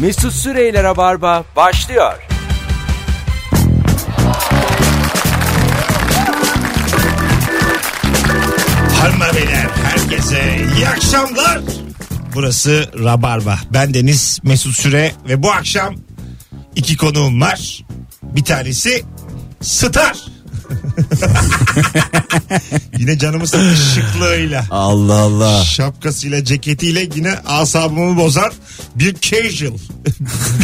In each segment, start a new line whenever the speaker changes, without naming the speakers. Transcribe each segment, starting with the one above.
Mesut Süreyler'e barba başlıyor.
Hanımlar beyler herkese iyi akşamlar. Burası Rabarba. Ben Deniz Mesut Süre ve bu akşam iki konuğum var. Bir tanesi Star. yine canımı sıktı şıklığıyla.
Allah Allah.
Şapkasıyla, ceketiyle yine asabımı bozan bir casual.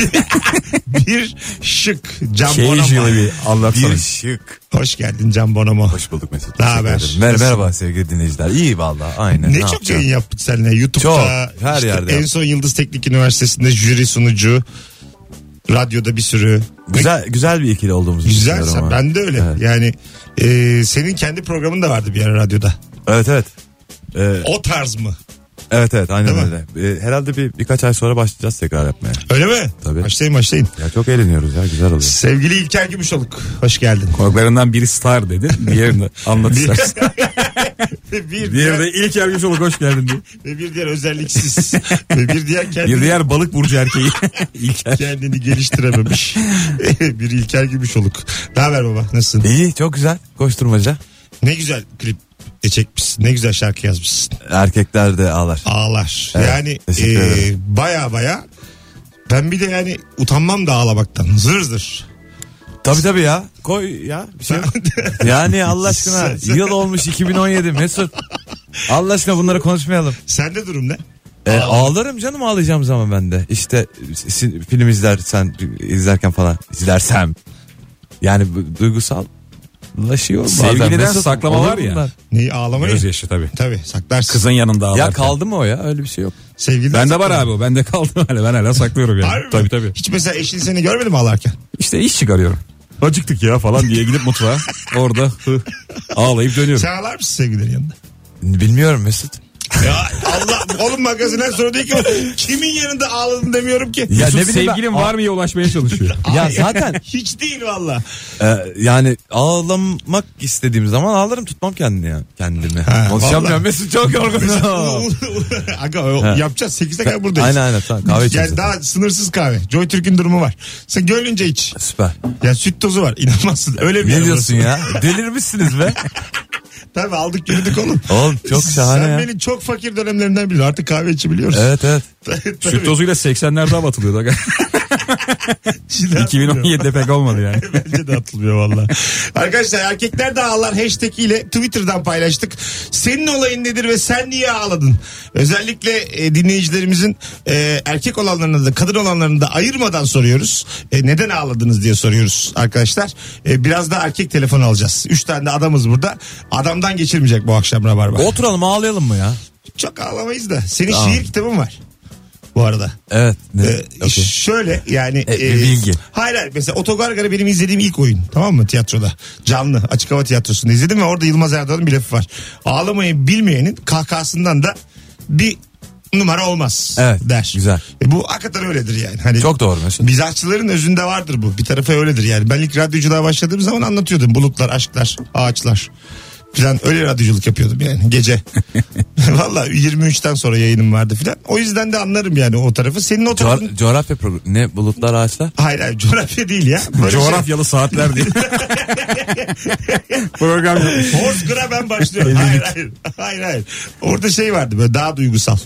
bir, bir şık. Can Bonomo.
Casual bir anlatsana.
Bir şık.
Hoş geldin Can Bonomo.
Hoş bulduk Mesut.
Ne
Teşekkür
haber?
ederim. Mer
Nasıl?
merhaba sevgili dinleyiciler. İyi valla aynen.
Ne, çok şey-
yapacağım?
yayın yaptık seninle. YouTube'da
Çok, her
işte
yerde
en
yaptık.
son Yıldız Teknik Üniversitesi'nde jüri sunucu. Radyoda bir sürü.
Güzel, güzel bir ikili olduğumuzu
Güzel
düşünüyorum ama.
ben de öyle.
Evet.
Yani e, senin kendi programın da vardı bir ara radyoda.
Evet evet. Ee,
O tarz mı?
evet evet aynen
Değil mi?
öyle. Ee, herhalde bir birkaç ay sonra başlayacağız tekrar yapmaya.
Öyle mi?
Tabii.
Başlayın başlayın.
Ya çok eğleniyoruz ya güzel oluyor.
Sevgili İlker Gümüşoluk hoş geldin.
Konuklarından biri star dedi. Diğerini anlat
Bir,
istersen.
bir
Diğeri
diğer,
de ilk yargıç olup hoş geldin diyor.
ve bir diğer özelliksiz ve bir diğer kendini,
Bir diğer balık burcu erkeği. İlker.
kendini geliştirememiş. bir İlker Gümüşoluk. Ne haber baba nasılsın?
İyi çok güzel koşturmaca.
Ne güzel klip de çekmişsin. Ne güzel şarkı yazmışsın.
Erkekler de ağlar.
Ağlar.
Evet,
yani
teşekkür ederim.
e, baya baya ben bir de yani utanmam da ağlamaktan. Zır zır.
Tabii tabii ya koy ya bir şey. yok. yani Allah aşkına
Sen-
yıl olmuş 2017 Mesut. Allah aşkına bunları konuşmayalım.
Sende durum ne?
E, ağlarım canım ağlayacağım zaman ben de. İşte si- film izlersen izlerken falan izlersem. Yani bu- duygusallaşıyor bazen.
Sevgiliden
Mesut,
saklama
olur
var ya.
bunlar.
Neyi ağlamayı?
Gözyaşı tabii.
Tabii saklarsın.
Kızın yanında ağlarken.
Ya kaldı mı o ya öyle bir şey yok.
Sevgili
Bende var abi o. Bende kaldı hala. Ben hala saklıyorum yani.
Harbi mi?
tabii tabii.
Hiç mesela eşin seni görmedi mi ağlarken?
İşte iş çıkarıyorum. Acıktık ya falan diye gidip mutfağa. Orada hı, ağlayıp dönüyorum.
Sen ağlar mısın sevgililerin yanında?
Bilmiyorum Mesut.
Ya Allah oğlum magazinden sonra diyor ki kimin yanında ağladın demiyorum ki.
Ya
Mesut
ne bileyim ben-
sevgilin var mı diye ulaşmaya çalışıyor.
Ya
Ay,
zaten
Hiç değil valla.
e, yani ağlamak istediğim zaman ağlarım tutmam kendini yani kendimi.
vallahi.
Konuşamıyorum Mesut çok yorgunum.
Aga o- yapacağız 8'e kadar buradayız.
aynen aynen tamam kahve içeceğiz.
Yani daha sınırsız kahve. Joy Türk'ün durumu var. Sen gönlünce iç.
Süper.
Ya süt tozu var. İnanmazsın. Öyle bir yer
Ne diyorsun
orası.
ya? Delirmişsiniz be.
Tabii aldık yürüdük oğlum.
Oğlum çok şahane
Sen
ya.
beni çok fakir dönemlerinden biliyorsun. Artık kahve içebiliyoruz.
Evet evet.
Tabii.
Süt tozuyla 80'lerde hava atılıyordu. aga.
Şimdi hatırlıyorum.
2017'de pek olmadı yani.
Bence de atılmıyor valla. Arkadaşlar erkekler de ağlar hashtag ile Twitter'dan paylaştık. Senin olayın nedir ve sen niye ağladın? Özellikle e, dinleyicilerimizin e, erkek olanlarını da kadın olanlarını da ayırmadan soruyoruz. E, neden ağladınız diye soruyoruz arkadaşlar. E, biraz da erkek telefonu alacağız. Üç tane de adamız burada. Adamdan geçirmeyecek bu akşam Rabarba.
Oturalım ağlayalım mı ya?
Çok ağlamayız da. Senin şiir kitabın var bu arada.
Evet. Ne?
Ee,
Okey.
Şöyle yani
E, bir bilgi.
Hayır hayır mesela Otogargara benim izlediğim ilk oyun tamam mı tiyatroda canlı açık hava tiyatrosunda izledim ve orada Yılmaz Erdoğan'ın bir lafı var. Ağlamayı bilmeyenin kahkahasından da bir numara olmaz
Evet,
der.
güzel.
E, bu hakikaten öyledir yani. Hani
Çok doğru Mesut.
Mizahçıların özünde vardır bu. Bir tarafı öyledir yani. Ben ilk radyoculuğa başladığım zaman anlatıyordum. Bulutlar, aşklar, ağaçlar. Falan öyle radyoculuk yapıyordum yani gece. Valla 23'ten sonra yayınım vardı filan. O yüzden de anlarım yani o tarafı. Senin o tarafın...
Co- coğrafya programı. Ne bulutlar ağaçlar?
Hayır hayır coğrafya değil ya. Böyle şey.
Coğrafyalı saatler diye. Program yapmış.
Bozkır'a ben başlıyorum. hayır hayır. Hayır hayır. Orada şey vardı böyle daha duygusal.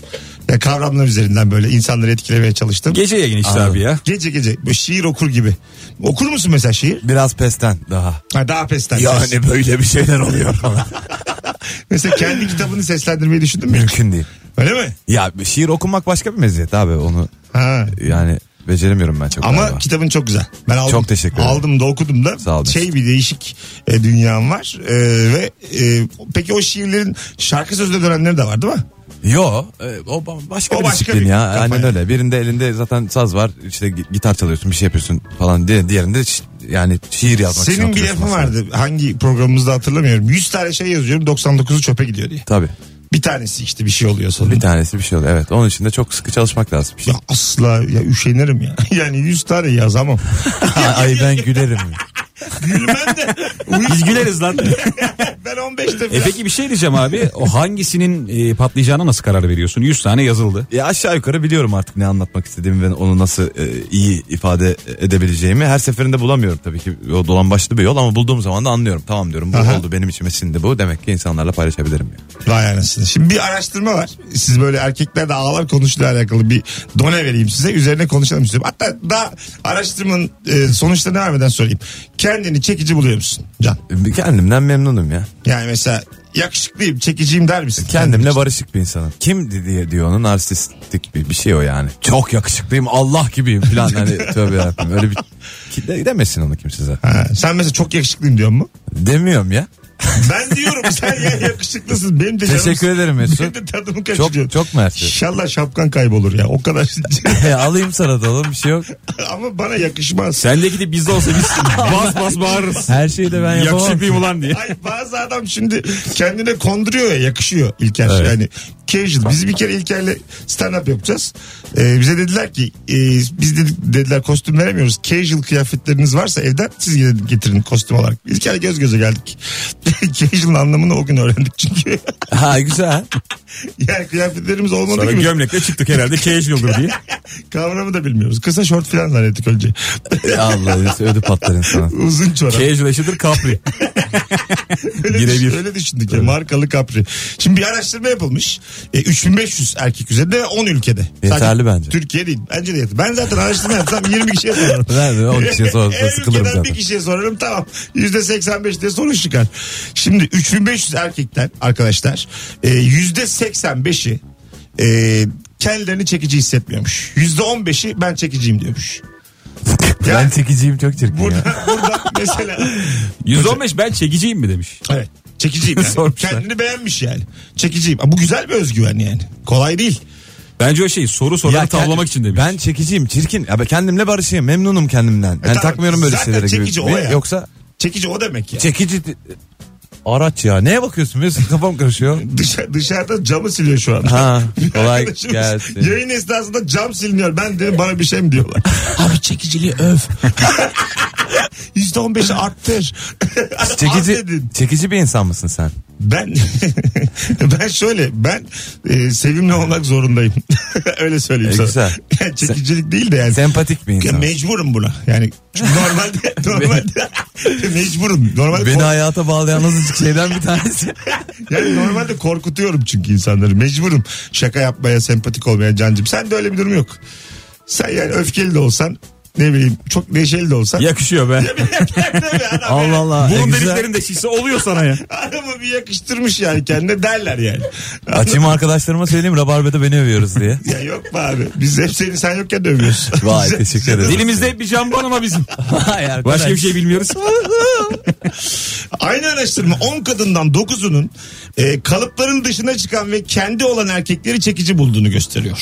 Ya kavramlar üzerinden böyle insanları etkilemeye çalıştım.
Gece yayın işte
Anladım.
abi ya.
Gece gece böyle şiir okur gibi. Okur musun mesela şiir?
Biraz pesten daha.
Ha, daha pesten. Ses.
Yani böyle bir şeyler oluyor falan.
Mesela kendi kitabını seslendirmeyi düşündün mü?
Mümkün değil.
Öyle mi?
Ya şiir okumak başka bir meziyet abi onu
Ha.
yani beceremiyorum ben çok.
Ama
galiba.
kitabın çok güzel. Ben aldım.
Çok teşekkür ederim.
Aldım da okudum da.
Sağ olun.
Şey bir değişik e, dünyam var. E, ve e, peki o şiirlerin şarkı sözüne dönenleri de var değil mi?
Yo e, o ba- başka
O
bir
başka
disiplin
bir
ya.
kafa
Aynen
ya.
öyle. Birinde elinde zaten saz var. işte gi- gitar çalıyorsun, bir şey yapıyorsun falan. Di- Diğerinde şi- yani şiir yazmak için
Senin bir
oturuyorsun
lafın
aslında.
vardı. Hangi programımızda hatırlamıyorum. 100 tane şey yazıyorum 99'u çöpe gidiyor diye.
Tabii.
Bir tanesi işte bir şey oluyor sonunda.
Bir tanesi bir şey oluyor. Evet. Onun için de çok sıkı çalışmak lazım.
ya asla ya üşenirim ya. Yani 100 tane yazamam.
Ay ben gülerim.
Gülmem de. Uyuz.
Biz güleriz lan.
Ben 15'te
e
falan.
peki bir şey diyeceğim abi. O hangisinin e, patlayacağına nasıl karar veriyorsun? 100 tane yazıldı.
Ya E, aşağı yukarı biliyorum artık ne anlatmak istediğimi ve onu nasıl e, iyi ifade edebileceğimi. Her seferinde bulamıyorum tabii ki. O dolan başlı bir yol ama bulduğum zaman da anlıyorum. Tamam diyorum bu
Aha.
oldu benim içime sindi bu. Demek ki insanlarla paylaşabilirim. Yani.
Vay anasını. Şimdi bir araştırma var. Siz böyle erkekler de ağlar konuşuyla alakalı bir done vereyim size. Üzerine konuşalım istiyorum. Hatta daha araştırmanın e, sonuçlarına vermeden söyleyeyim. Kendini çekici buluyor musun Can?
E, Kendimden memnunum ya.
Yani mesela yakışıklıyım, çekiciyim der misin?
Kendimle barışık bir insanım. Kim di- diye diyor onun narsistik bir, bir şey o yani. Çok yakışıklıyım Allah gibiyim falan. Hani tövbe yarabbim öyle bir... Ki- de- Demesin onu kimse zaten.
Ha, sen mesela çok yakışıklıyım diyor mu?
Demiyorum ya.
Ben diyorum sen ya yakışıklısın. Benim de canım-
Teşekkür ederim
Benim
Mesut.
de tadımı
Çok
kaçırıyor.
çok mersi.
İnşallah şapkan kaybolur ya. O kadar.
E, alayım sana da oğlum bir şey yok.
Ama bana yakışmaz.
Sendeki de bizde olsa biz bas bas bağırırız.
Her şeyi de ben yapamam.
Yakışıklıyım ulan diye.
Ay bazı adam şimdi kendine konduruyor ya yakışıyor İlker.
Evet.
Yani casual. Biz bir kere İlker'le stand up yapacağız. Ee, bize dediler ki e, biz dedik, dediler kostüm veremiyoruz. Casual kıyafetleriniz varsa evden siz gidin getirin kostüm olarak. İlker'le göz göze geldik. Casual'ın anlamını o gün öğrendik çünkü.
Ha güzel.
yani kıyafetlerimiz olmadığı
Sonra
gibi
gömlekle çıktık herhalde casual olur diye.
kavramı da bilmiyoruz. Kısa şort falan zannettik önce.
E, Allah ödü patlar insanın.
Uzun çorap.
Casual eşittir kapri.
Öyle,
Birebir.
düşün- öyle düşündük ya markalı kapri. Şimdi bir araştırma yapılmış. E, 3500 erkek üzerinde ve 10 ülkede.
Yeterli bence.
Türkiye değil. Bence de yeterli. Ben zaten araştırma yapsam 20 kişiye sorarım.
Nerede 10 kişiye sonra
Her
sıkılırım
ülkeden
zaten.
bir kişiye sorarım tamam. %85 diye sonuç çıkar. Şimdi 3500 erkekten arkadaşlar e, %85'i e, kendilerini çekici hissetmiyormuş. %15'i ben çekiciyim diyormuş.
Ben çekiciyim çok çirkin ya.
Burada, burada mesela
115 ben çekiciyim mi demiş.
Evet. Çekiciyim yani.
Sormuşlar.
Kendini beğenmiş yani. Çekiciyim. Ama bu güzel bir özgüven yani. Kolay değil.
Bence o şey soru soranı
Ya kend-
tavlamak için demiş.
Ben çekiciyim, çirkin. Ya ben kendimle barışayım, memnunum kendimden.
E
Ben
tamam,
takmıyorum böyle
zaten
şeylere
çekici o ya.
gibi. Yoksa
Çekici o demek ya.
çekici araç ya. Neye bakıyorsun? Mesut kafam karışıyor.
Dışa- dışarıda camı siliyor şu anda.
Ha,
Bir
kolay
arkadaşımız
gelsin.
Yayın esnasında cam siliniyor. Ben de bana bir şey mi diyorlar. Abi çekiciliği öv. %15'i arttır. Az
Çekici,
dedin.
çekici bir insan mısın sen?
Ben ben şöyle ben e, sevimli olmak zorundayım. Öyle söyleyeyim
E,
sana.
güzel.
Yani çekicilik değil de yani.
Sempatik bir
Ya
insan.
mecburum buna. Yani çünkü normalde normalde mecburum. Normalde
Beni
kork-
hayata bağlayan azıcık şeyden bir tanesi.
yani normalde korkutuyorum çünkü insanları. Mecburum şaka yapmaya, sempatik olmaya cancım. Sen de öyle bir durum yok. Sen yani öfkeli de olsan ne bileyim çok neşeli de olsan.
Yakışıyor be.
Allah Allah. E,
Burun
güzel.
deliklerinde şişse oluyor sana ya.
Adamı bir yakıştırmış yani kendine derler yani.
Açayım arkadaşlarıma söyleyeyim Rabarba'da beni övüyoruz diye.
Ya yok mu abi? Biz hep seni sen yokken dövüyoruz.
Vay teşekkür ederim.
Dilimizde hep bir jamban ama bizim.
Vay arkadaş.
Başka bir şey bilmiyoruz.
Aynı araştırma 10 kadından 9'unun e, kalıpların dışına çıkan ve kendi olan erkekleri çekici bulduğunu gösteriyor.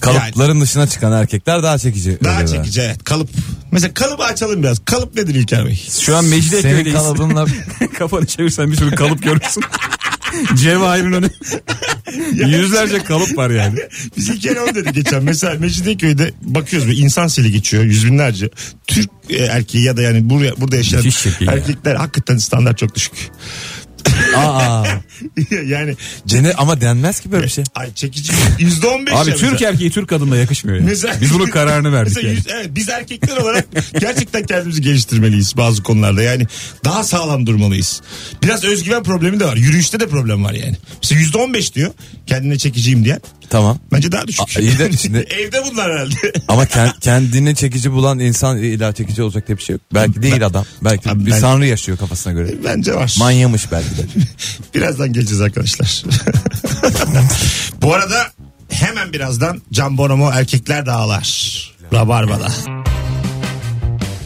Kalıpların dışına çıkan erkekler daha çekici.
Daha
oluyorlar.
çekici evet kalıp. Mesela kalıbı açalım biraz. Kalıp nedir İlker Bey?
Şu an
Senin
Mecidiyeköy'deyiz.
kalıbınla
Kafanı çevirsen bir sürü kalıp görürsün. Cevahir'in önü.
şey
Yüzlerce kalıp var yani.
Biz İlker'e onu dedik geçen. Mesela Mecidiyeköy'de bakıyoruz bir insan seli geçiyor yüz binlerce. Türk e, erkeği ya da yani buraya, burada yaşayan
Müthiş şekil ya.
erkekler hakikaten standart çok düşük.
aa
yani
dene ama denmez ki böyle bir şey.
ay çekici yüzde on beş.
Abi Türk erkeği Türk kadınla yakışmıyor yani.
Mesela-
Biz bunun kararını verdik
Mesela
yani.
yüz- evet, biz erkekler olarak gerçekten kendimizi geliştirmeliyiz bazı konularda. Yani daha sağlam durmalıyız. Biraz özgüven problemi de var. Yürüyüşte de problem var yani. Mesela yüzde on beş diyor kendine çekiciyim diyen.
Tamam.
Bence daha düşük.
Aa, iyi de şimdi-
Evde bunlar herhalde.
Ama ken- kendini çekici bulan insan illa çekici olacak diye bir şey yok. Belki değil adam. Belki
Abi
bir
ben-
sanrı yaşıyor kafasına göre.
Bence var.
Manyamış belki de.
Birazdan geleceğiz arkadaşlar. Bu arada hemen birazdan Can Bonomo Erkekler Dağlar. Rabarba'da.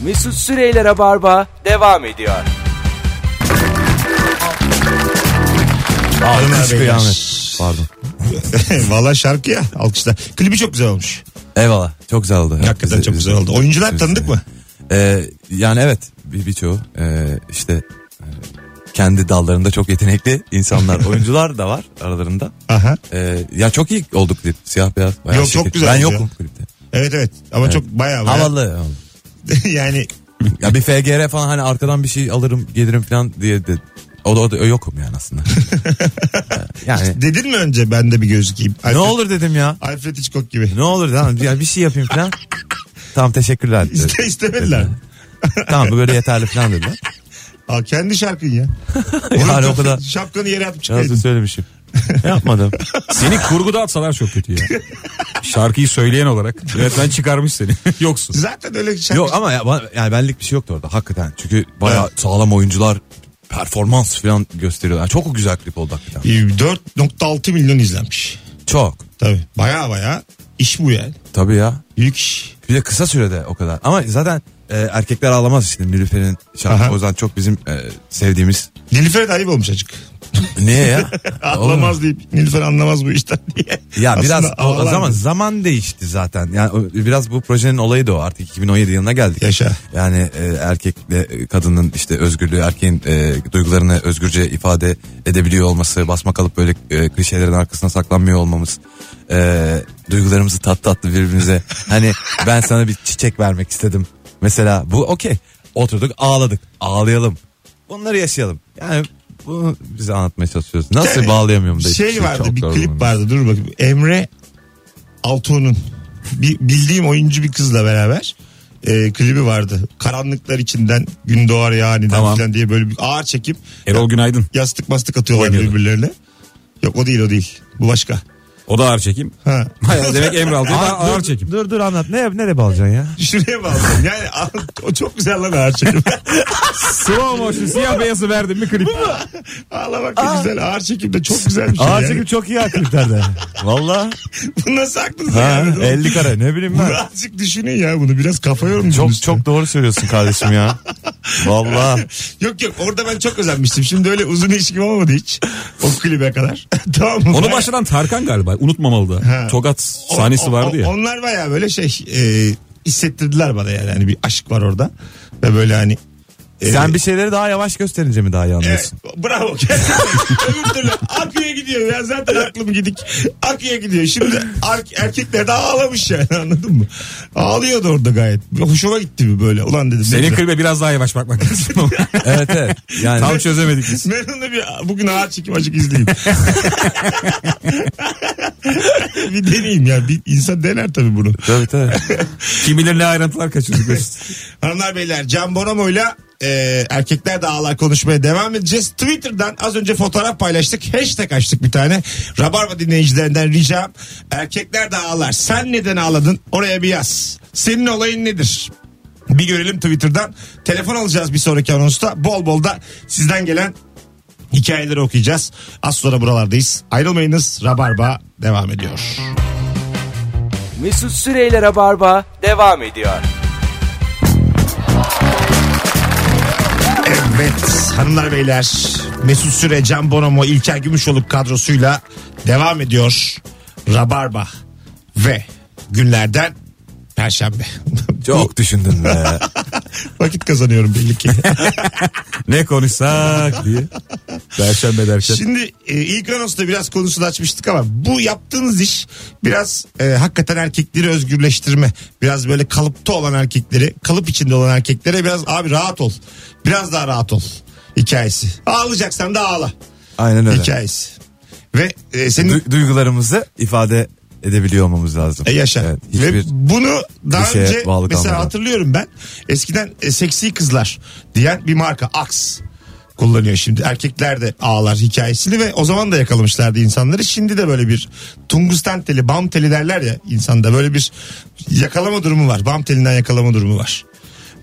Mesut Süreyler'e barba devam ediyor.
Ah,
Alkış
beyler.
kıyamet. Pardon.
Valla şarkı ya alkışlar. Klibi çok güzel olmuş.
Eyvallah. Çok güzel oldu.
Hakikaten
Bizi-
çok güzel
bizi-
oldu. Oyuncular
bizi-
tanıdık mı?
Ee, yani evet. Bir, birçoğu. Ee, işte e, kendi dallarında çok yetenekli insanlar. Oyuncular da var aralarında.
Aha.
Ee, ya çok iyi olduk klip. Siyah beyaz. bayağı
Yok, çok
şirket.
güzel
Ben
oldu
yokum klipte.
Evet evet ama çok bayağı bayağı.
Havalı.
yani
ya bir FGR falan hani arkadan bir şey alırım gelirim falan diye de o da, o da yokum yani aslında. yani
Dedin mi önce ben de bir gözükeyim?
ne
Alfred-
olur dedim ya.
Alfred Hitchcock gibi.
Ne olur tamam ya bir şey yapayım falan. tamam teşekkürler. dedi.
İste istemediler.
tamam bu böyle yeterli falan dediler.
Al kendi şarkın ya.
yani o
Oğlum,
kadar
Şapkanı yere atıp çıkaydın.
nasıl söylemişim. Yapmadım.
Seni kurguda atsalar çok kötü ya. Şarkıyı söyleyen olarak yönetmen çıkarmış seni. Yoksun.
Zaten öyle şarkı.
Yok ama ya, ba- yani benlik bir şey yoktu orada hakikaten. Çünkü bayağı
Evet.
sağlam oyuncular performans falan gösteriyorlar. Çok güzel klip oldu hakikaten.
4.6 milyon izlenmiş.
Çok.
Tabii. Baya baya iş bu yani.
Tabii ya.
Büyük iş.
Bir de kısa sürede o kadar. Ama zaten e, erkekler ağlamaz işte Nilüfer'in
Aha.
şarkısı. O yüzden çok bizim e, sevdiğimiz.
Nilüfer'e de ayıp olmuş açık.
Niye ya? Oğlum.
Anlamaz deyip Nilüfer anlamaz bu işten diye.
Ya
Aslında
biraz o- o,
ağlardı.
zaman zaman değişti zaten. Yani o- biraz bu projenin olayı da o artık 2017 yılına geldik.
Yaşa.
Yani e, erkekle e, kadının işte özgürlüğü, erkeğin e, duygularını özgürce ifade edebiliyor olması, basma kalıp böyle e, klişelerin arkasına saklanmıyor olmamız, e, duygularımızı tatlı tatlı birbirimize hani ben sana bir çiçek vermek istedim. Mesela bu okey. Oturduk ağladık. Ağlayalım. Bunları yaşayalım. Yani bunu bize anlatmaya çalışıyoruz. Nasıl bağlayamıyorum da.
Şey vardı
çok
bir
zor
klip
bunun.
vardı dur bakayım. Emre Altun'un bir bildiğim oyuncu bir kızla beraber e, klibi vardı. Karanlıklar içinden gün doğar ya aniden
Tamam.
falan diye böyle bir ağır çekim.
Erol Günaydın.
Yastık mastık atıyorlar
Oynuyordu.
birbirlerine. Yok o değil o değil. Bu başka.
O da ağır
şey-
çekim.
Ha.
Bayağı demek Emre Altuğ da
Aa,
ağır
dur,
çekim.
Dur dur anlat. Ne nereye bağlayacaksın ya?
Şuraya bağladım. Yani a- o çok güzel lan ağır çekim.
Slow motion siyah beyazı verdim mi klip?
Ağlamak da güzel. Ağır çekim de çok güzel bir şey.
Ağır
yani.
çekim çok iyi aktivitelerde. Valla.
Bu nasıl aklınıza
Ha, e-
gelmedi oğlum?
50 kare ne bileyim ben.
Birazcık düşünün ya bunu. Biraz kafa yorun. bunun
Çok
üstüne.
çok doğru söylüyorsun kardeşim ya. Valla.
Yok yok orada ben çok özenmiştim. Şimdi öyle uzun ilişkim olmadı hiç. O klibe kadar. tamam mı?
Onu
Bayağı-
başladan Tarkan galiba unutmamalı
Ha.
da. Tokat
O-
sahnesi
o-
vardı
o-
ya.
Onlar baya böyle şey e, hissettirdiler bana yani. Hani bir aşk var orada. Ve böyle hani. e,
Sen bir şeyleri daha yavaş gösterince mi daha iyi
Evet,
anlıyorsun?
bravo. Gerçekten. Öbür türlü akıya gidiyor ya. Zaten aklım gidik. Akıya gidiyor. Şimdi ar- erkekler de ağlamış yani anladın mı? Ağlıyordu orada gayet. Hoşuma gitti mi böyle? Ulan dedim. ne
Senin
güzel.
klibe biraz daha yavaş bakmak lazım.
Evet evet. Yani
Tam çözemedik biz.
Ben onu bir bugün ağır çekim açık izleyeyim. bir deneyeyim ya. Bir insan dener tabii bunu.
Tabii tabii.
Kim bilir ne ayrıntılar kaçırdık. Mesut.
Hanımlar beyler Can Bonomo'yla e, erkekler de ağlar konuşmaya devam edeceğiz. Twitter'dan az önce fotoğraf paylaştık. Hashtag açtık bir tane. Rabarba dinleyicilerinden ricam. Erkekler de ağlar. Sen neden ağladın? Oraya bir yaz. Senin olayın nedir? Bir görelim Twitter'dan. Telefon alacağız bir sonraki anonsta. Bol bol da sizden gelen hikayeleri okuyacağız. Az sonra buralardayız. Ayrılmayınız. Rabarba devam ediyor.
Mesut Süreyler'e barba devam ediyor.
Evet hanımlar beyler Mesut Süre, Can Bonomo, İlker Gümüşoluk kadrosuyla devam ediyor. Rabarba ve günlerden Perşembe.
Çok düşündün be.
Vakit kazanıyorum belli ki.
ne konuşsak diye. Perşembe derken.
Şimdi e, ilk anonsta biraz konusunu açmıştık ama bu yaptığınız iş biraz e, hakikaten erkekleri özgürleştirme. Biraz böyle kalıpta olan erkekleri, kalıp içinde olan erkeklere biraz abi rahat ol. Biraz daha rahat ol hikayesi. Ağlayacaksan da ağla
Aynen öyle.
hikayesi. Ve e, senin
Du- duygularımızı ifade edebiliyor olmamız lazım.
E yaşa.
Evet,
Ve
hiçbir
bunu daha
bir şeye
önce mesela
bağlı kalmadan.
hatırlıyorum ben. Eskiden e, seksi kızlar diyen bir marka Aks kullanıyor şimdi. Erkekler de ağlar hikayesini ve o zaman da yakalamışlardı insanları. Şimdi de böyle bir tungsten teli, bam teli derler ya insanda böyle bir yakalama durumu var. Bam telinden yakalama durumu var.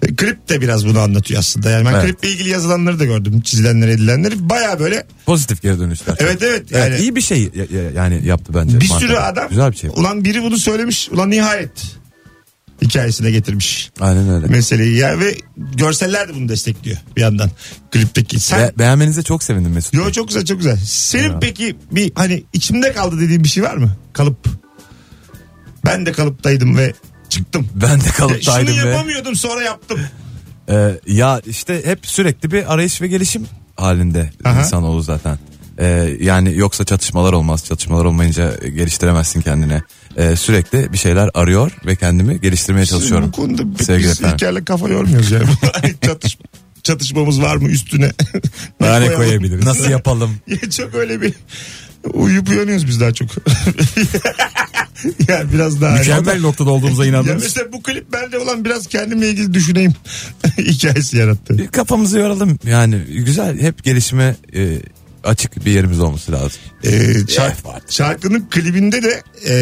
E, Klip de biraz bunu anlatıyor aslında. Yani ben
Evet.
kliple ilgili yazılanları da gördüm. Çizilenleri, edilenleri. Baya böyle
pozitif geri dönüşler.
evet evet.
Evet,
Yani
iyi bir şey ya- ya- yani yaptı bence.
bir
marka.
sürü adam
Güzel bir şey.
ulan biri bunu söylemiş ulan nihayet hikayesine getirmiş
Aynen öyle.
meseleyi ya ve görseller de bunu destekliyor bir yandan klipteki. Sen
Be- beğenmenize çok sevindim Mesut. Bey.
Yo çok güzel çok güzel. Senin peki bir hani içimde kaldı dediğin bir şey var mı? Kalıp. Ben de kalıptaydım ve çıktım.
Ben de
Şunu
kalıptaydım ve e,
yapamıyordum sonra yaptım.
Ee, ya işte hep sürekli bir arayış ve gelişim halinde
Aha.
insanoğlu zaten. Ee, yani yoksa çatışmalar olmaz. Çatışmalar olmayınca geliştiremezsin kendini. Ee, sürekli bir şeyler arıyor ve kendimi geliştirmeye çalışıyorum.
Bu konuda pek
Sevgili
biz
efendim.
İlker'le kafa yormuyoruz yani. Hani Çatış, çatışmamız var mı üstüne? Ne
Daha ne
koyalım?
koyabiliriz?
Nasıl yapalım?
Ya çok öyle bir uyuyup uyanıyoruz biz daha çok. yani biraz daha.
Mükemmel noktada olduğumuza
Ya
inandınız.
mesela bu klip bende olan biraz kendimle ilgili düşüneyim hikayesi yarattı.
Bir Kafamızı yoralım. Yani güzel hep gelişime e, açık bir yerimiz olması lazım.
Ee, şark-
Evet, vardı.
şarkının klibinde de e,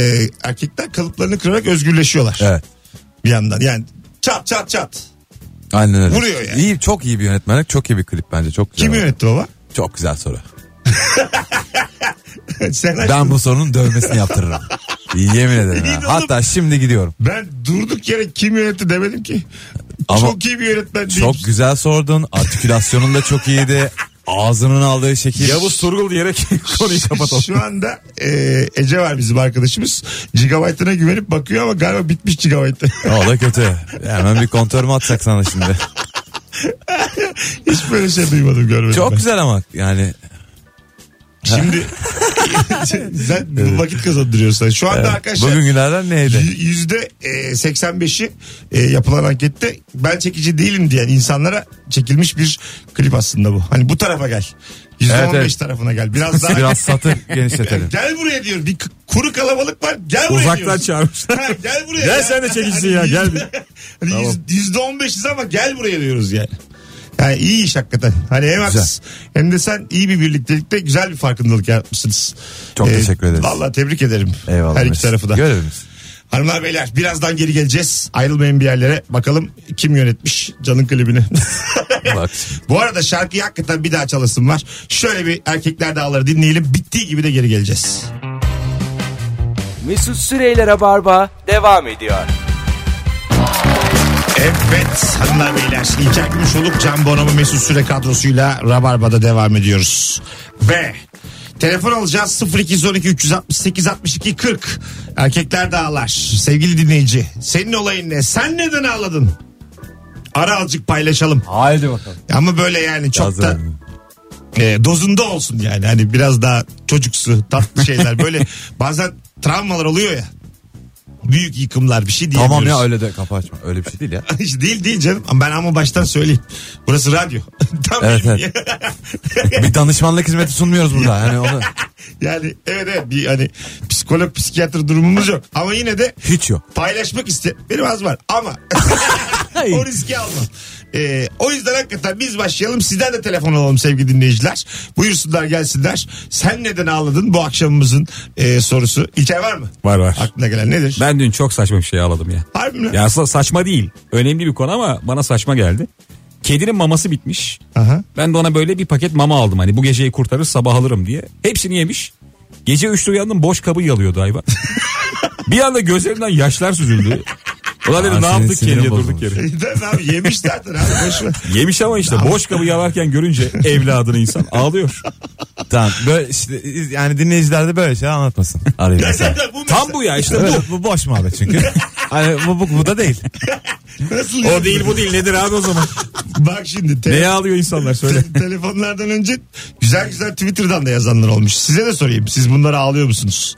erkekler kalıplarını kırarak özgürleşiyorlar
Evet.
bir yandan. Yani çat çat çat.
Aynen öyle.
Vuruyor yani.
İyi, çok iyi bir yönetmenlik, çok iyi bir klip bence. Çok güzel.
Kim yönetti baba?
Çok güzel soru.
Sen aç-
Ben bu sorunun dövmesini yaptırırım. Yemin ederim.
İyi de
ha.
oğlum.
Hatta şimdi gidiyorum.
Ben durduk yere kim yönetti demedim ki.
Ama-
çok iyi bir yönetmen değil.
Çok güzel sordun. Artikülasyonun da çok iyiydi. Ağzının aldığı şekil.
Yavuz Turgul diyerek konuyu kapatalım.
Şu anda e, Ece var bizim arkadaşımız. Gigabyte'ına güvenip bakıyor ama galiba bitmiş Gigabyte.
O da kötü. Hemen bir kontör mü atsak sana şimdi?
Hiç böyle şey duymadım görmedim.
Çok
ben.
güzel ama yani.
Şimdi sen vakit kazandırıyorsun. Şu anda arkadaşlar
Bugün günlerden neydi?
y- yüzde e, 85'i e, yapılan ankette ben çekici değilim diyen insanlara çekilmiş bir klip aslında bu. Hani bu tarafa gel. Yüzde
Evet,
15
evet.
tarafına gel. Biraz daha
Biraz satır genişletelim.
E, Gel buraya diyor. Bir k- kuru kalabalık var. Gel buraya
Uzaktan
diyoruz.
çağırmışlar.
Ha, gel buraya.
Gel
ya.
sen de çekicisin ya, gel bir.
Hani yüz- Yüzde on beşiz ama gel buraya diyoruz yani. Yani iyi iş hakikaten. Hani hem haksız hem de sen iyi bir birliktelikte güzel bir farkındalık yaratmışsınız.
Çok teşekkür ederiz.
Valla tebrik ederim.
Eyvallah.
Her iki tarafı da.
Görevimiz.
Hanımlar beyler birazdan geri geleceğiz. Ayrılmayın bir yerlere. Bakalım kim yönetmiş Can'ın klibini.
Bak.
Bu arada şarkıyı hakikaten bir daha çalasım var. Şöyle bir erkekler dağları dinleyelim. Bittiği gibi de geri geleceğiz.
Mesut Süreyler'e barba devam ediyor.
Evet hanımlar beyler İlker Gümüşoluk Can Bonomo Mesut Süre kadrosuyla Rabarba'da devam ediyoruz. Ve telefon alacağız 0212 368 62 40 erkekler de ağlar. Sevgili dinleyici senin olayın ne sen neden ağladın? Ara azıcık paylaşalım
Haydi bakalım.
ama böyle yani çok da
Hazırım.
e, dozunda olsun yani hani biraz daha çocuksu tatlı şeyler böyle bazen travmalar oluyor ya büyük yıkımlar bir şey diyemiyoruz.
Tamam ya öyle de kapı açma. Öyle bir şey değil ya.
Hiç değil değil canım. Ama Ben ama baştan söyleyeyim. Burası radyo. Tam
Evet,
benim-
Bir danışmanlık hizmeti sunmuyoruz burada. Hani onu
yani evet evet bir hani psikolog psikiyatr durumumuz yok. Ama yine de
hiç yok.
paylaşmak iste. Benim az var ama o riski almam. Ee, o yüzden hakikaten biz başlayalım. Sizden de telefon alalım sevgili dinleyiciler. Buyursunlar gelsinler. Sen neden ağladın bu akşamımızın e, sorusu. İlker var mı?
Var var.
Aklına gelen nedir?
Ben dün çok saçma bir şey ağladım ya.
Harbi mi? lan?
Ya aslında saçma değil. Önemli bir konu ama bana saçma geldi. Kedinin maması bitmiş.
Aha.
Ben de ona böyle bir paket mama aldım. Hani bu geceyi kurtarır sabah alırım diye. Hepsini yemiş. Gece 3'te uyandım boş kabı yalıyordu hayvan. bir anda gözlerinden yaşlar süzüldü. Ulan dedim
Aa,
ne
senin
yaptık
sinirin
kediye durduk
bozulmuş.
yere.
abi yemiş zaten abi boş ver.
Yemiş ama işte boş kabı yalarken görünce evladını insan ağlıyor.
Tamam. Böyle işte, yani dinleyiciler de böyle şeyler anlatmasın. Arayın mesela.
bu
Tam bu ya işte
Evet,
bu.
bu boş muhabbet çünkü. hani bu, bu, bu da değil.
nasıl
O değil bu değil nedir abi o zaman?
Bak şimdi te-
Neye ağlıyor insanlar söyle.
te- telefonlardan önce güzel güzel Twitter'dan da yazanlar olmuş. Size de sorayım. Siz bunlara ağlıyor musunuz?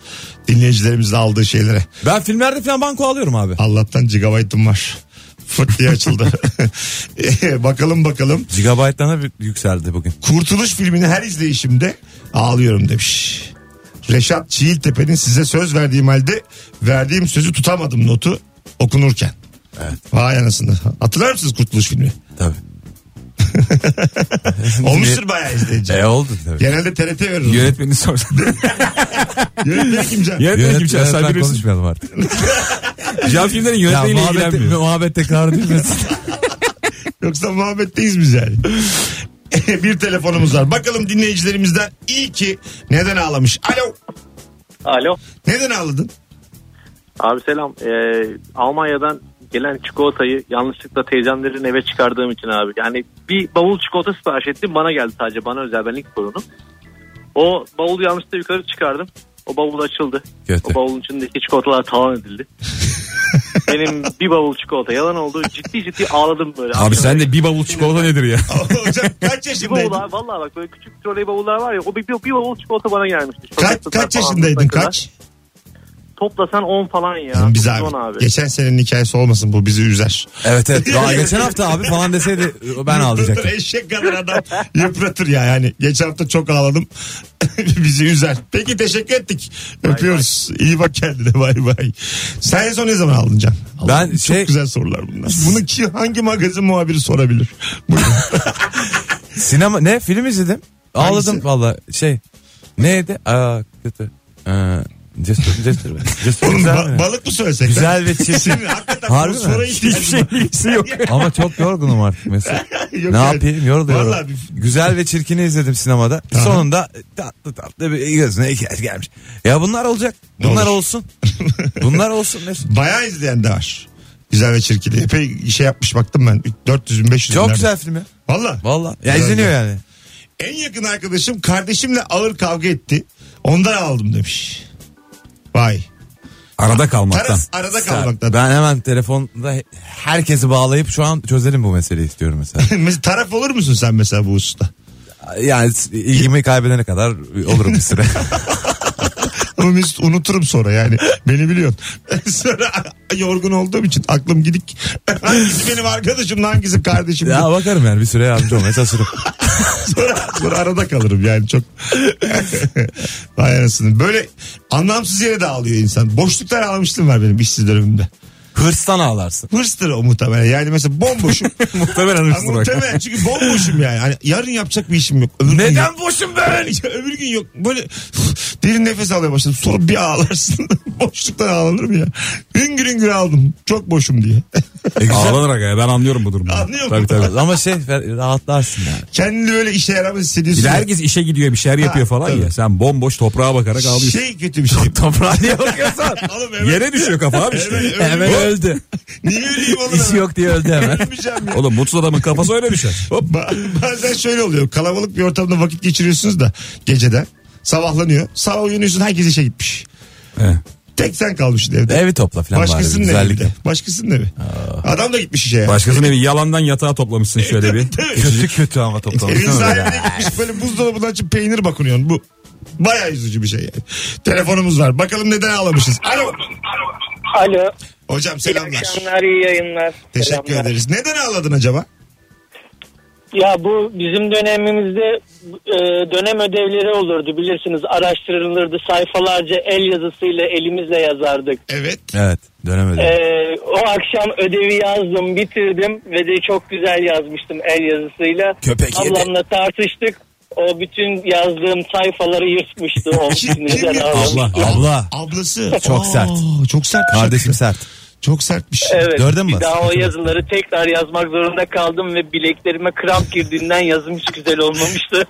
Dinleyicilerimizin aldığı şeylere.
Ben filmlerde falan banko alıyorum abi.
Allah'tan gigabyte'ım var. Fırt diye açıldı. Eh, bakalım bakalım.
Gigabyte'dan da yükseldi bugün.
Kurtuluş filmini her izleyişimde ağlıyorum demiş. Reşat Çiğiltepe'nin size söz verdiğim halde verdiğim sözü tutamadım notu okunurken.
Evet.
Vay anasını. Hatırlar mısınız Kurtuluş filmi?
Tabii.
Olmuştur bayağı izleyici.
E oldu tabii.
Genelde TRT verir. onu.
Yönetmenini sorsan.
Yönetmeni kim Can?
Yönetmeni kim? şey Sen
Yönetmen
bilirsin.
konuşmayalım artık.
Can filmlerin
Ya
yönetmeniyle
muhabbet,
ilgilenmiyor.
muhabbet tekrar edilmesin.
Yoksa muhabbetteyiz biz yani. bir telefonumuz var. Bakalım dinleyicilerimizden iyi ki neden ağlamış. Alo.
Alo.
Neden ağladın?
Abi selam. Ee, Almanya'dan gelen çikolatayı yanlışlıkla teyzemlerin eve çıkardığım için abi. Yani bir bavul çikolata sipariş ettim bana geldi sadece bana özel benlik sorunum. O bavulu yanlışlıkla yukarı çıkardım. O bavul açıldı.
Kötü.
O bavulun içindeki çikolatalar talan edildi. Benim bir bavul çikolata yalan oldu. Ciddi ciddi ağladım böyle.
Abi sen de bir bavul çikolata nedir ya?
Hocam kaç
bir bavul
yaşındaydın?
abi valla bak böyle küçük troley bavullar var ya o bir, bir, bir bavul çikolata bana gelmişti.
Kaç,
Sokakta
kaç
falan
yaşındaydın
ne kadar.
kaç?
Toplasan 10 falan ya.
Yani biz abi,
10 abi.
Geçen senenin hikayesi olmasın bu bizi üzer.
Evet evet daha geçen hafta abi falan deseydi ben
Yıpratır
ağlayacaktım.
eşek kadar adam yıpratır ya yani. Geçen hafta çok ağladım. bizi üzer. Peki teşekkür ettik. Öpüyoruz. İyi bak kendine bay bay. Sen en son ne zaman aldın Can? Allah'ım,
Ben
çok
şey-
güzel sorular bunlar. Bunu ki hangi magazin muhabiri sorabilir? Buyurun.
Sinema ne film izledim.
Hangisi?
Ağladım valla şey. Neydi? Aa kötü. Aa, Cesur, cesur. Cesur
Oğlum,
güzel
ba-
mi?
balık mı söylesek?
Güzel ve çirkin.
Şimdi hakikaten
Harbi
bu
mi? şey
soru
şey
ihtiyacım var.
ilgisi yok.
Ama çok yorgunum artık Mesut.
Yok
ne
yani.
yapayım yoruluyorum.
Vallahi bir-
Güzel ve çirkini izledim sinemada. Sonunda tatlı tatlı bir gözüne iki yaş gelmiş. Ya bunlar olacak.
Ne
Bunlar
olur.
olsun. bunlar olsun Mesut.
Bayağı izleyen de var. Güzel ve çirkin. Epey şey yapmış baktım ben. 400 bin 500 bin
Çok
nerede?
güzel film ya.
Valla.
Valla. Ya
Güzel,
izleniyor
güzel.
yani.
En yakın arkadaşım kardeşimle ağır kavga etti. Ondan aldım demiş. Vay.
Arada kalmaktan.
Paras arada kalmaktan.
Ben hemen telefonda he- herkesi bağlayıp şu an çözelim bu meseleyi istiyorum mesela.
Mesela taraf olur musun sen mesela bu hususta?
yani s- ilgimi kaybedene kadar olurum bir süre.
Ama Mesut unuturum sonra yani. Beni biliyorsun. sonra yorgun olduğum için aklım gidik. hangisi benim arkadaşım hangisi kardeşim?
ya bakarım yani bir süre yardımcı olmaya çalışırım.
sonra, sonra arada kalırım yani çok. Vay anasını. Böyle anlamsız yere de ağlıyor insan. Boşluklar ağlamıştım var benim işsiz dönemimde.
Hırstan ağlarsın.
Hırstır o muhtemelen. Yani mesela bomboşum.
Muhtemelen
Ama
hırsız bak.
muhtemelen çünkü bomboşum yani. Hani yarın yapacak bir işim yok. Öbür Gün yok.
Neden boşum ben?
Ya öbür gün yok. Böyle derin nefes almaya başladım. Sonra bir ağlarsın. Boşluktan ağlanır mı ya? Hüngür hüngür aldım. Çok boşum diye.
Ağlanır aga E, ya ben anlıyorum bu durumu.
Anlıyor musun?
Tabii tabii.
Ama şey rahatlarsın yani.
Kendini böyle işe yaramaz
Bir
hissediyorsun.
de
ya.
herkes işe gidiyor bir şeyler yapıyor
Ha,
falan
tabii.
ya. Sen bomboş toprağa bakarak ağlıyorsun.
Şey kötü bir şey.
Toprağa niye bakıyorsan?
Oğlum hemen-
Yere düşüyor kafa abi
Hemen
işte.
öldü.
hemen öldü.
Niye öleyim oğlum?
İşi
hemen?
yok diye öldü hemen.
Ölmeyeceğim ya.
Oğlum mutsuz adamın kafası öyle şey. düşer. Hop.
Ba- bazen şöyle oluyor. Kalabalık bir ortamda vakit geçiriyorsunuz da geceden. Sabahlanıyor. Sabah uyanıyorsun herkes işe gitmiş.
He.
Tek sen kalmışsın evde.
Evi topla falan bari.
Başkasının evi bir
Güzellikle.
de. Başkasının evi. Adam da gitmiş işe. yani.
Başkasının evi yalandan yatağa toplamışsın şöyle bir.
Kötü kötü ama
Evin
toplamışsın. öyle.
sahibine gitmiş böyle buzdolabını açıp peynir bakınıyorsun. Bu bayağı üzücü bir şey yani. Telefonumuz var. Bakalım neden ağlamışız. Alo.
Alo.
Hocam
İyi
selamlar.
akşamlar, iyi yayınlar.
Teşekkür
Selamlar.
ederiz. Neden ağladın acaba?
Ya bu bizim dönemimizde e, dönem ödevleri olurdu bilirsiniz. Araştırılırdı sayfalarca el yazısıyla elimizle yazardık.
Evet.
Evet dönemedim.
Ee,
E, o akşam ödevi yazdım, bitirdim ve de çok güzel yazmıştım el yazısıyla.
Köpek yedi.
Ablamla tartıştık. O bütün yazdığım sayfaları yırtmıştı. O
Kim- kim
neden
yırtmış?
ağlamıştı?
Abla abla.
Ablası.
Çok sert.
Çok sert.
Kardeşim sert.
Çok sertmiş.
Evet.
Gördün mü?
Bir daha o yazıları tekrar yazmak zorunda kaldım ve bileklerime kramp girdiğinden yazım hiç güzel olmamıştı.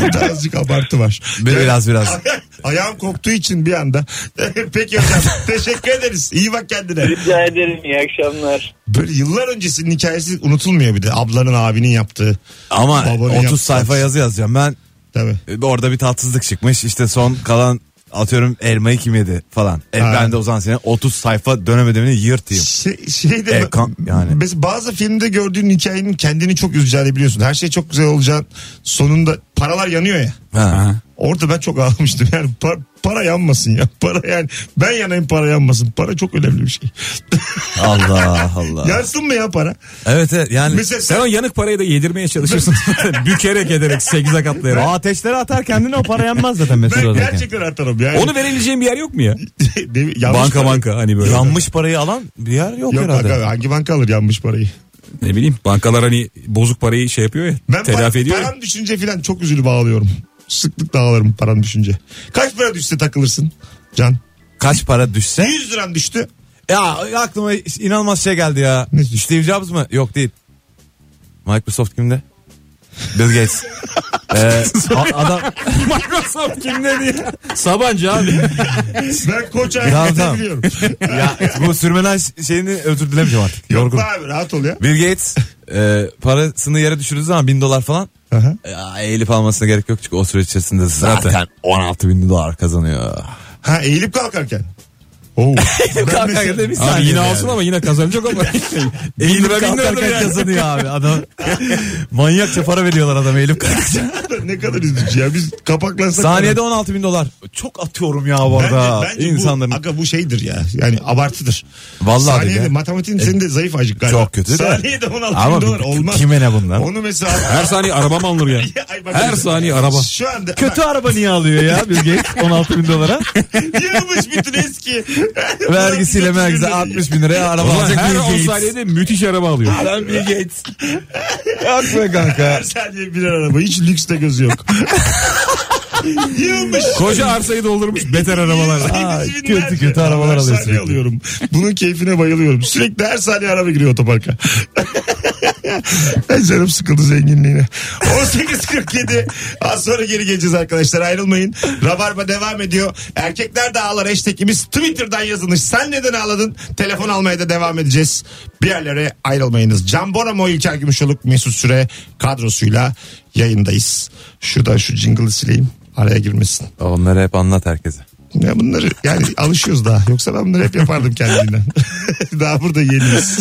Burada azıcık abartı var.
Bir- Biraz biraz.
Ayağım koptuğu için bir anda. Peki hocam teşekkür ederiz. İyi bak kendine.
Rica ederim iyi akşamlar.
Böyle yıllar öncesinin hikayesi unutulmuyor bir de. Ablanın abinin yaptığı.
Ama
Babanın
30
yaptığı.
sayfa yazı yazacağım ben.
Tabii.
e, Orada bir tatsızlık çıkmış. İşte son kalan atıyorum elmayı kim yedi falan. E,
Ha.
ben de o zaman senin 30 sayfa dönem ödevini yırtayım.
Şey, şeyde
E, kan- yani.
Mesela bazı filmde gördüğün hikayenin kendini çok üzeceğini biliyorsun. Her şey çok güzel olacağın sonunda paralar yanıyor ya.
Ha.
Orada ben çok ağlamıştım. Yani pa- para yanmasın ya. Para yani ben yanayım para yanmasın. Para çok önemli bir şey.
Allah Allah.
Yansın mı ya para?
Evet evet yani.
Mesela
Sen o yanık parayı da yedirmeye çalışırsın. Bükerek ederek 8'e katlayarak.
O ateşleri atar kendini o para yanmaz zaten Mesut
ben
Özil.
gerçekten atarım yani.
Onu verebileceğin bir yer yok mu ya?
Değil mi? Yanlış
Banka
para-
banka hani böyle.
Yanmış parayı alan bir yer yok,
Yok
herhalde.
banka, hangi banka alır yanmış parayı?
Ne bileyim bankalar hani bozuk parayı şey yapıyor ya.
Ben
telafi
par-
ediyor ya.
param düşünce falan çok üzülüp ağlıyorum. Sıklıkla ağlarım param düşünce. Kaç para düşse takılırsın Can?
Kaç para düşse?
100 liram düştü.
Ya aklıma inanılmaz şey geldi ya.
Ne?
Steve Jobs mı? Yok değil. Microsoft kimde? Bill Gates. Ee, a- adam
Microsoft kimde diye. Sabancı abi.
Ben koç
Tamam,
ailemi
tamam.
biliyorum.
ya bu sürmenaj şeyini özür dilemeyeceğim
Yok
artık. Yorgun.
be abi rahat ol ya.
Bill Gates e, parasını yere düşürdüğü zaman bin dolar falan
Aha.
ya, eğilip E, almasına gerek yok çünkü o süreç içerisinde zaten, 16 bin dolar kazanıyor.
Ha eğilip kalkarken. Oo. Ben
Kalkan
mesela-
yerde bir
Abi
saniye
yine
yani.
alsın ama yine kazanacak ama.
Eğilip
lira, bin lira
kalkarken
yani.
kazanıyor abi adam. Manyakça para veriyorlar adama eğilip kalkarken.
ne kadar üzücü ya. Biz kapaklansak.
Saniyede 16 bin dolar. Çok atıyorum ya bu
Bence,
arada
bence
insanların.
bu, aga bu şeydir ya. Yani abartıdır.
Vallahi
Saniyede
billahi.
matematiğin senin de zayıf acık galiba.
Çok kötü de.
Saniyede 16
Ama
bin dolar
bir-
olmaz.
kime ne bundan?
Onu mesela...
Her saniye araba mı alınır ya?
Ay bak-
Her saniye araba.
Şu anda
Kötü araba niye alıyor ya Bill Gates 16 bin dolara?
yığılmış bütün eski.
Vergisiyle mergisi 60 bin liraya
O
araba
zaman
alacak
her
Bill
10
Gates.
saniyede müthiş araba alıyor.
Adam Bill Gates. Yapma kanka.
Her saniye bir araba. Hiç lükste gözü yok. Yığılmış.
Koca arsayı doldurmuş beter arabalarla.
Aa,
8 bin
kötü
nerede?
kötü arabalar
Her
alıyor
saniye
sürekli.
alıyorum. Bunun keyfine bayılıyorum. Sürekli her saniye araba giriyor otoparka. ben canım sıkıldı zenginliğine. 18.47 az sonra geri geleceğiz arkadaşlar ayrılmayın. Rabarba devam ediyor. Erkekler de ağlar hashtagimiz Twitter'dan yazılmış. Sen neden ağladın? Telefon almaya da devam edeceğiz. Bir yerlere ayrılmayınız. Can Bonomo, İlker Gümüşoluk, Mesut Süre kadrosuyla yayındayız. Şuradan şu jingle'ı sileyim. Araya girmesin.
Onları hep anlat herkese.
Ya bunları yani alışıyoruz daha. Yoksa ben bunları hep yapardım kendiliğinden. daha burada yeniyiz.